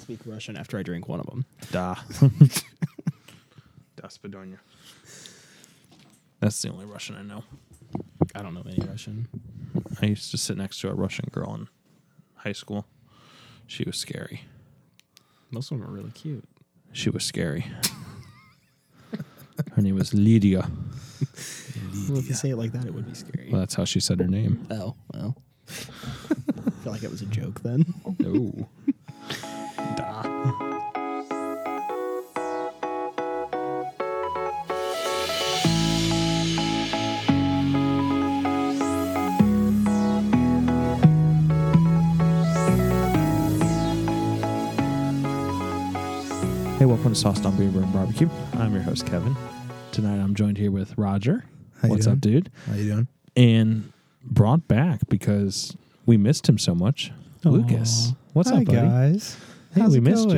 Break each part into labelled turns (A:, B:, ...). A: speak Russian after I drink one of them.
B: Da. da Spadonia. That's the only Russian I know.
A: I don't know any Russian.
B: I used to sit next to a Russian girl in high school. She was scary.
A: Most of them are really cute.
B: She was scary. her name was Lydia.
A: Well, if you say it like that, it would be scary.
B: Well, that's how she said her name.
A: Oh, well. I feel like it was a joke then.
B: No. da. Hey, welcome to Sauce on Beaver and Barbecue. I'm your host, Kevin. Tonight I'm joined here with Roger.
C: How you
B: What's
C: doing?
B: up, dude?
C: How you doing?
B: and brought back because we missed him so much. Lucas, what's
C: Hi
B: up, buddy?
C: guys?
B: Hey,
C: How's
B: we
C: it
B: missed
C: going?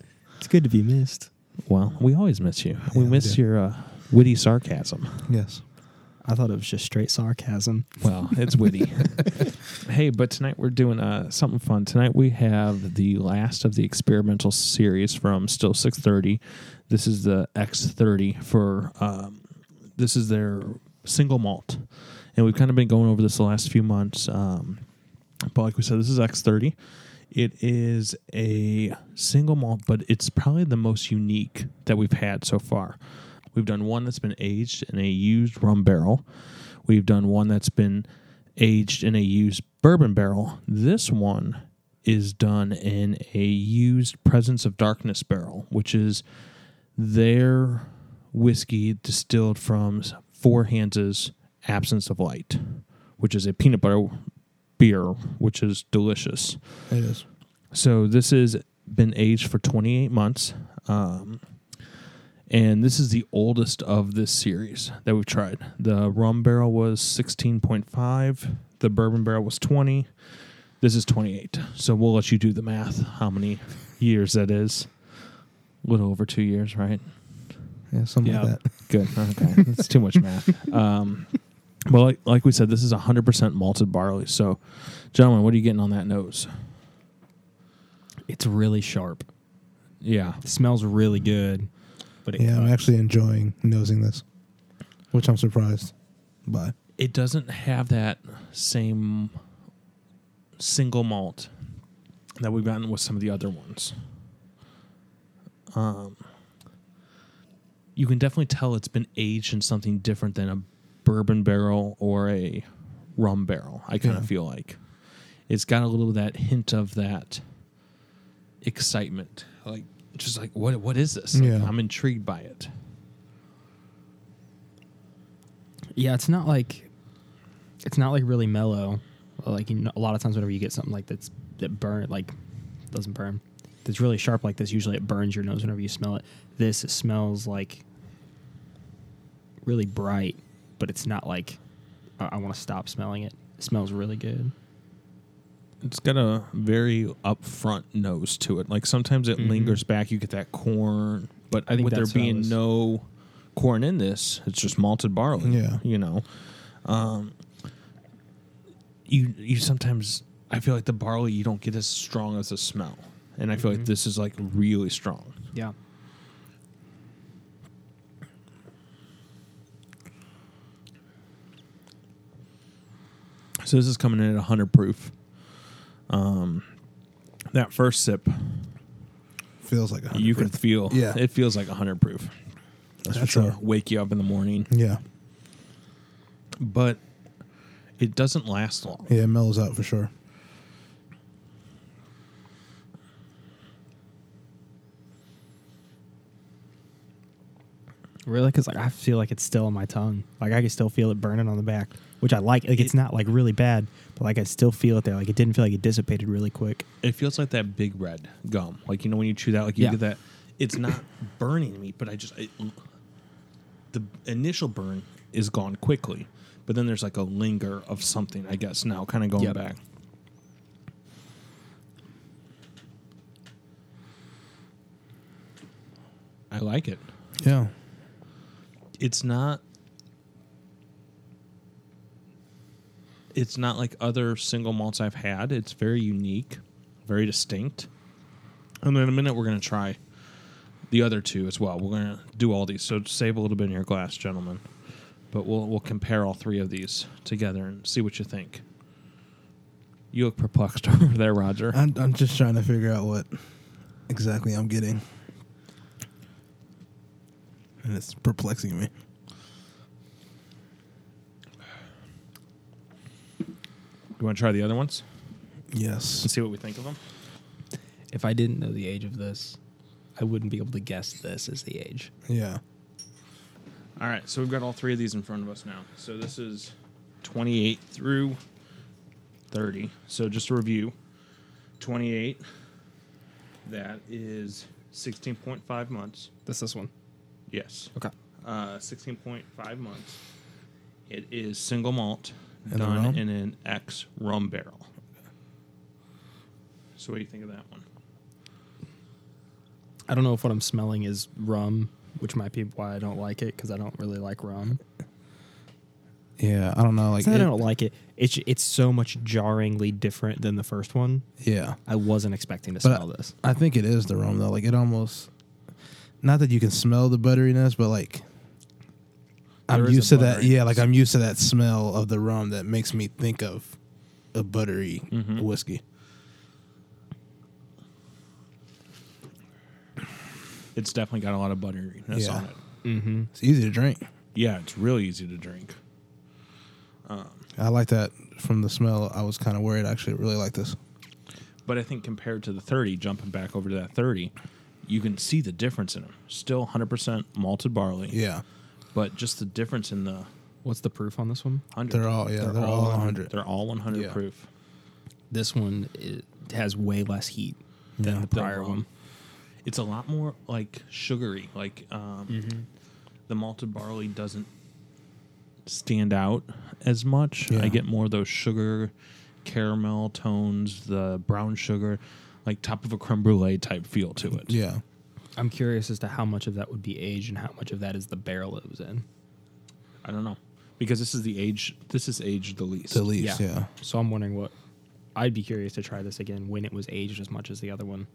B: you.
A: It's good to be missed.
B: Well, we always miss you. we
C: Yeah, we
B: miss
C: do.
B: your uh, witty sarcasm.
C: Yes.
A: I thought it was just straight sarcasm.
B: Well, it's witty. hey, but tonight we're doing uh, something fun. Tonight we have the last of the experimental series from Still 630. This is the X30 for um, this is their single malt, and we've kind of been going over this the last few months. Um, but like we said, this is X30. It is a single malt, but it's probably the most unique that we've had so far. We've done one that's been aged in a used rum barrel. We've done one that's been aged in a used bourbon barrel. This one is done in a used Presence of Darkness barrel, which is their whiskey distilled from Four Hands' Absence of Light, which is a peanut butter beer, which is delicious.
C: It is.
B: So this has been aged for 28 months. Um, and this is the oldest of this series that we've tried. The rum barrel was 16.5, the bourbon barrel was 20. This is 28. So we'll let you do the math how many years that is. A little over two years, right?
C: Yeah, something
B: Yeah.
C: like that.
B: Good. Okay. That's too much math. Um, well, like, like we said, this is 100% malted barley. So, gentlemen, what are you getting on that nose?
A: It's really sharp.
B: Yeah.
A: It smells really good. But it
C: Yeah, I'm
A: cuts.
C: actually enjoying nosing this, which I'm surprised by.
B: it doesn't have that same single malt that we've gotten with some of the other ones. Um, you can definitely tell it's been aged in something different than a bourbon barrel or a rum barrel. I kind of
C: Yeah.
B: feel like it's got a little of that hint of that excitement, like just like what what is this? Like,
C: Yeah.
B: I'm intrigued by it.
A: Yeah, it's not like it's not like really mellow. Like you know, a lot of times, whenever you get something like that's that burn like doesn't burn, that's really sharp like this. Usually, it burns your nose whenever you smell it. This it smells like really bright, but it's not like I, I want to stop smelling it. It smells really good.
B: It's got a very upfront nose to it. Like sometimes it
A: Mhm.
B: lingers back. You get that corn, but I
A: I
B: think
A: think
B: with there
A: that's what I
B: being
A: was-
B: no corn in this, it's just malted barley.
C: Yeah.
B: you know, um, you you sometimes I feel like the barley you don't get as strong as the smell, and I feel like
A: Mhm.
B: this is like really strong.
A: Yeah,
B: So this is coming in at 100 proof. Um, that first sip,
C: Feels like a
B: you can feel.
C: Yeah.
B: it feels like 100 proof.
C: That's for
B: That's
C: sure.
B: a wake you up in the morning.
C: Yeah.
B: but it doesn't last long.
C: Yeah, it mellows out for sure.
A: really, because like I feel like it's still on my tongue. Like I can still feel it burning on the back, which I like. Like it's not like really bad, but like I still feel it there. Like it didn't feel like it dissipated really quick.
B: It feels like that big red gum. Like you know when you chew that, like you
A: Yeah.
B: get that. It's not burning me, but I just it, the initial burn is gone quickly. But then there's like a linger of something, I guess. Now, kind of going
A: Yep.
B: back. I like it.
C: Yeah.
B: it's not it's not like other single malts I've had. It's very unique, very distinct. And in a minute, we're going to try the other two as well. We're going to do all these. So save a little bit in your glass, gentlemen. But we'll we'll compare all three of these together and see what you think. You look perplexed over there, Roger.
C: I'm, I'm just trying to figure out what exactly I'm getting. And it's perplexing me.
B: you want to try the other ones and
C: Yes.
B: see what we think of them?
A: If I didn't know the age of this, I wouldn't be able to guess this is the age.
C: Yeah.
B: All right, so we've got all three of these in front of us now. So this is 28 through 30. So just to review 28, that is 16.5 months.
A: That's this one.
B: Yes.
A: Okay.
B: Uh, 16.5 months. It is single malt
C: And the
B: done
C: rum?
B: in an X rum barrel. So what do you think of that one?
A: I don't know if what I'm smelling is rum, which might be why I don't like it because I don't really like rum.
C: Yeah. I don't know. Like,
A: It's not that I
C: it-
A: don't like it. It's it's so much jarringly different than the first one.
C: yeah.
A: I wasn't expecting to
C: But
A: smell this.
C: I think it is the rum though. Like it almost, not that you can smell the butteriness, but like I'm
A: There is
C: used
A: a
C: to that. Yeah, like
A: butteriness.
C: I'm used to that smell of the rum that makes me think of a buttery
A: Mm-hmm.
C: whiskey.
B: It's definitely got a lot of butteriness
C: Yeah.
B: on it.
A: Mm-hmm.
C: It's easy to drink.
B: Yeah, it's really easy to drink.
C: I like that from the smell. I was kind of worried. I actually really like this.
B: But I think compared to the 30, jumping back over to that 30, you can see the difference in them. Still 100% malted barley,
C: Yeah,
B: but just the difference in the
A: What's the proof on this one?
B: 100.
C: They're all- yeah, they're all 100.
B: They're all 100
C: Yeah.
B: proof.
A: This one it has way less heat than
C: Yeah.
A: the prior
B: Than
A: one.
B: It's a lot more like sugary. Like um,
C: Mm-hmm.
B: the malted barley doesn't stand out as much.
C: Yeah.
B: I get more of those sugar, caramel tones, the brown sugar, like top of a creme brulee type feel to it.
C: yeah.
A: I'm curious as to how much of that would be age and how much of that is the barrel it was in.
B: I don't know because this is the age. This is aged the least.
C: The least, yeah. yeah.
A: So I'm wondering what I'd be curious to try this again when it was aged as much as the other one.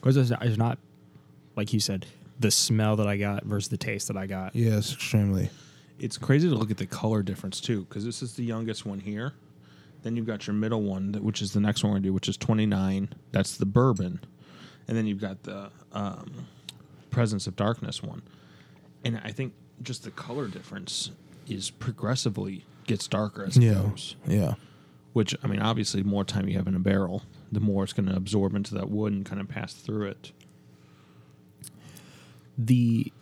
A: Because there's, there's not, like you said, the smell that I got versus the taste that I got.
C: it's extremely.
B: It's crazy to look at the color difference too because this is the youngest one here. Then you've got your middle one, that- which is the next one we're gonna do, which is 29. That's the bourbon, and then you've got the um, presence of darkness one. And I think just the color difference is progressively gets darker as it
C: Yeah,
B: goes.
C: yeah,
B: Which I mean, obviously, more time you have in a barrel, the more it's going to absorb into that wood and kind of pass through it.
A: The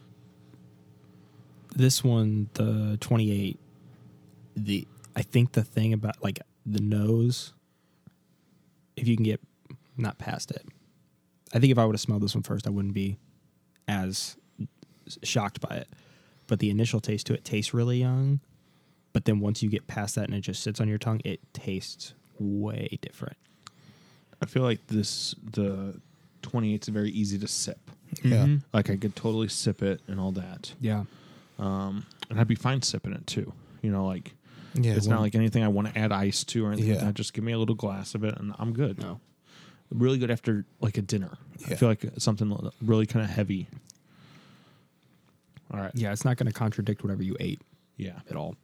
A: this one, the 28, the I think the thing about like the nose, if you can get not past it, I think if I would have smelled this one first, I wouldn't be as shocked by it. But the initial taste to it tastes really young. But then once you get past that and it just sits on your tongue, it tastes way different.
B: I feel like this the 28 is very easy to sip.
C: yeah.
B: Like I could totally sip it and all that.
A: Yeah.
B: Um, and I'd be fine sipping it too. You know, like
A: Mm-hmm.
C: Yeah,
B: it's
C: when-
B: not like anything I want to add ice to or anything.
C: Yeah.
B: Like that. Just give me a little glass of it and I'm good.
A: No.
B: Really good after like a dinner. I
C: Yeah.
B: feel like something really kind of heavy. All right.
A: Yeah, it's not going to contradict whatever you ate
B: Yeah.
A: at all.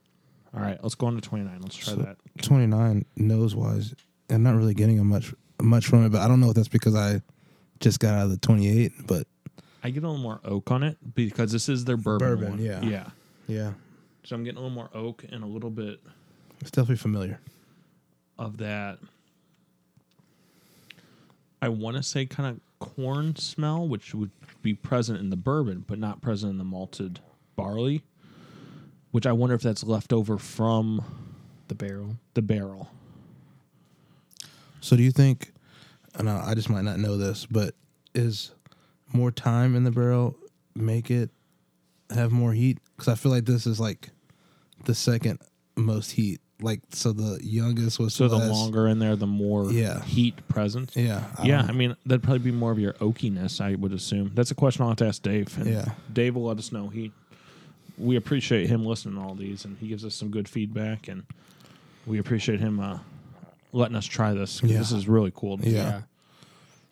B: All right. Let's go on to 29. Let's try
C: So-
B: that.
C: 29 nose wise i'm not really getting a much much from it but i don't know if that's because i just got out of the 28 but
B: I get a little more oak on it because this is their bourbon.
C: Bourbon,
B: one.
C: yeah.
B: Yeah.
C: yeah
B: So I'm getting a little more oak and a little bit
C: it's definitely familiar
B: of that I want to say kind of corn smell, which would be present in the bourbon, but not present in the malted barley. Which I wonder if that's left over from
A: The barrel.
B: the barrel.
C: so do you think and I, I just might not know this but is more time in the barrel make it have more heat because i feel like this is like the second most heat like so the youngest was
B: So the
C: last-
B: longer in there, the more
C: Yeah.
B: heat present.
C: yeah I
B: yeah,
C: don't-
B: I mean that'd probably be more of your oakiness. I would assume that's a question I'll have to ask Dave. And
C: Yeah.
B: Dave will let us know. He, we appreciate him listening to all these, and he gives us some good feedback, and we appreciate him uh, letting us try this. 'cause
C: Yeah.
B: This is really cool.
C: Yeah.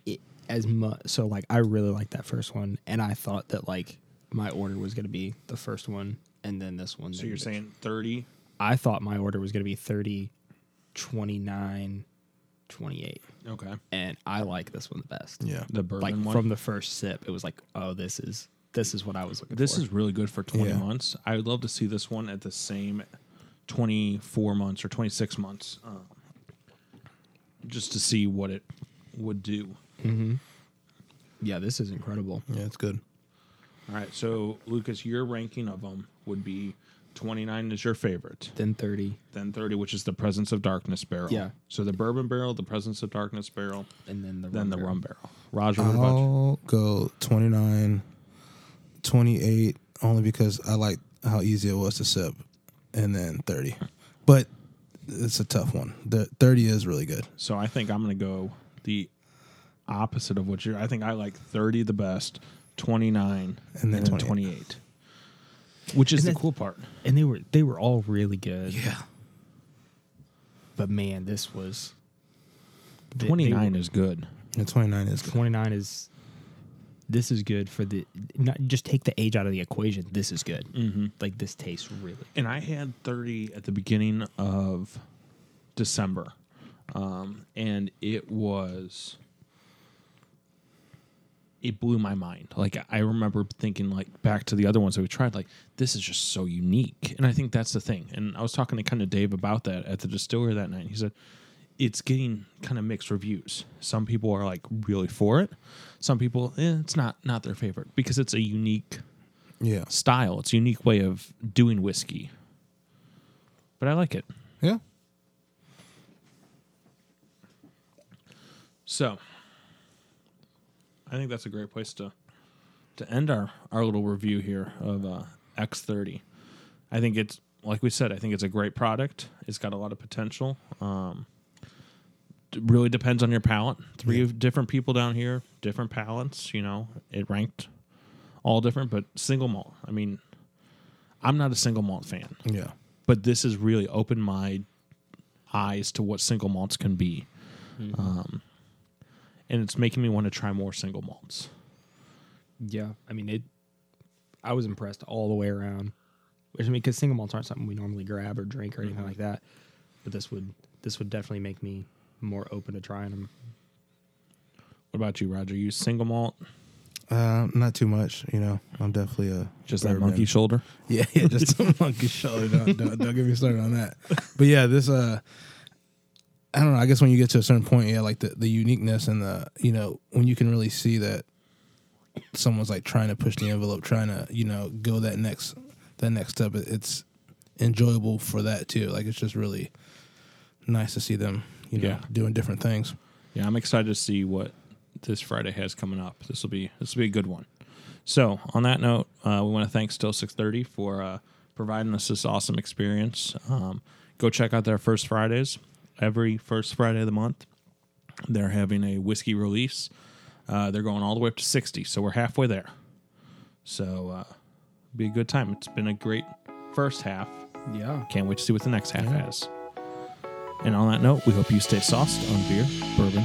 A: It, as much. So like, I really liked that first one, and I thought that like my order was gonna be the first one and then this one.
B: So
A: then
B: you're
A: this-
B: saying 30?
A: I thought my order was gonna be 30, 29, 28.
B: Okay.
A: and I like this one the best.
C: Yeah.
B: The bourbon
A: like
B: one.
A: from the first sip, it was like, oh, this is this is what I was looking
B: this
A: for.
B: is really good for 20
C: Yeah.
B: months. I would love to see this one at the same 24 months or 26 months uh, just to see what it would do.
A: yeah, this is incredible.
C: Yeah, it's good.
B: All right. So, Lucas, your ranking of them would be 29 is your favorite,
A: Then thirty,
B: then 30, which is the Presence of Darkness barrel.
A: Yeah.
B: So, the Bourbon barrel, the Presence of Darkness barrel,
A: and then the rum
B: then the
A: barrel.
B: Rum barrel. Roger, what about you?
C: I'll go 29, 28, only because I like how easy it was to sip, and then 30. But it's a tough one. The 30 is really good.
B: So, I think I'm going to go the opposite of what you're. I think I like 30 the best, 29,
C: And then 28.
B: 28. Which is
A: And
B: the
A: that-
B: cool part.
A: And they were they were all really good.
C: Yeah.
A: But man, this was they- they
B: 29
A: were-
B: is good.
C: The 29 is good.
A: 29 is this is good for the not just take the age out of the equation. This is good. Mm-hmm. Like this tastes really
B: And I had 30 at the beginning of December. Um, and it was it blew my mind. Like I remember thinking like back to the other ones that we tried like this is just so unique. And I think that's the thing. And I was talking to kind of Dave about that at the distillery that night. He said it's getting kind of mixed reviews. Some people are like really for it. Some people eh, it's not not their favorite because it's a unique
C: Yeah.
B: style. It's a unique way of doing whiskey. But I like it.
C: Yeah.
B: So I think that's a great place to to end our, our little review here of uh, X30. I think it's like we said, I think it's a great product. It's got a lot of potential. Um, it really depends on your palate. Three
C: Yeah.
B: of different people down here, different palates. You know, it ranked all different, but single malt. I mean, I'm not a single malt fan.
C: Yeah.
B: but this has really opened my eyes to what single malts can be. Um, and it's making me want to try more single malts.
A: Yeah, I mean it. I was impressed all the way around. Which I mean, because single malts aren't something we normally grab or drink or anything like that. But this would this would definitely make me more open to trying them.
B: What about you, Roger? You single malt,
C: Uh, not too much, you know. I'm definitely a
B: just that
C: bourbon.
B: monkey shoulder.
C: Yeah, yeah, just a monkey shoulder. Don't, don't, don't get me started on that. But yeah, this uh, I don't know. I guess when you get to a certain point, yeah, like the the uniqueness and the you know when you can really see that someone's like trying to push the envelope, trying to you know go that next that next step. It, it's enjoyable for that too. Like it's just really nice to see them you know
B: Yeah.
C: doing different things.
B: Yeah, I'm excited to see what this Friday has coming up. This will be this will be a good one. So, on that note, uh, we want to thank Still 630 for uh, providing us this awesome experience. Um, go check out their First Fridays every first Friday of the month. They're having a whiskey release. Uh, they're going all the way up to 60, so we're halfway there. So, uh, be a good time. It's been a great first half.
A: Yeah.
B: Can't wait to see what the next half has. And on that note, we hope you stay sauced on beer, bourbon,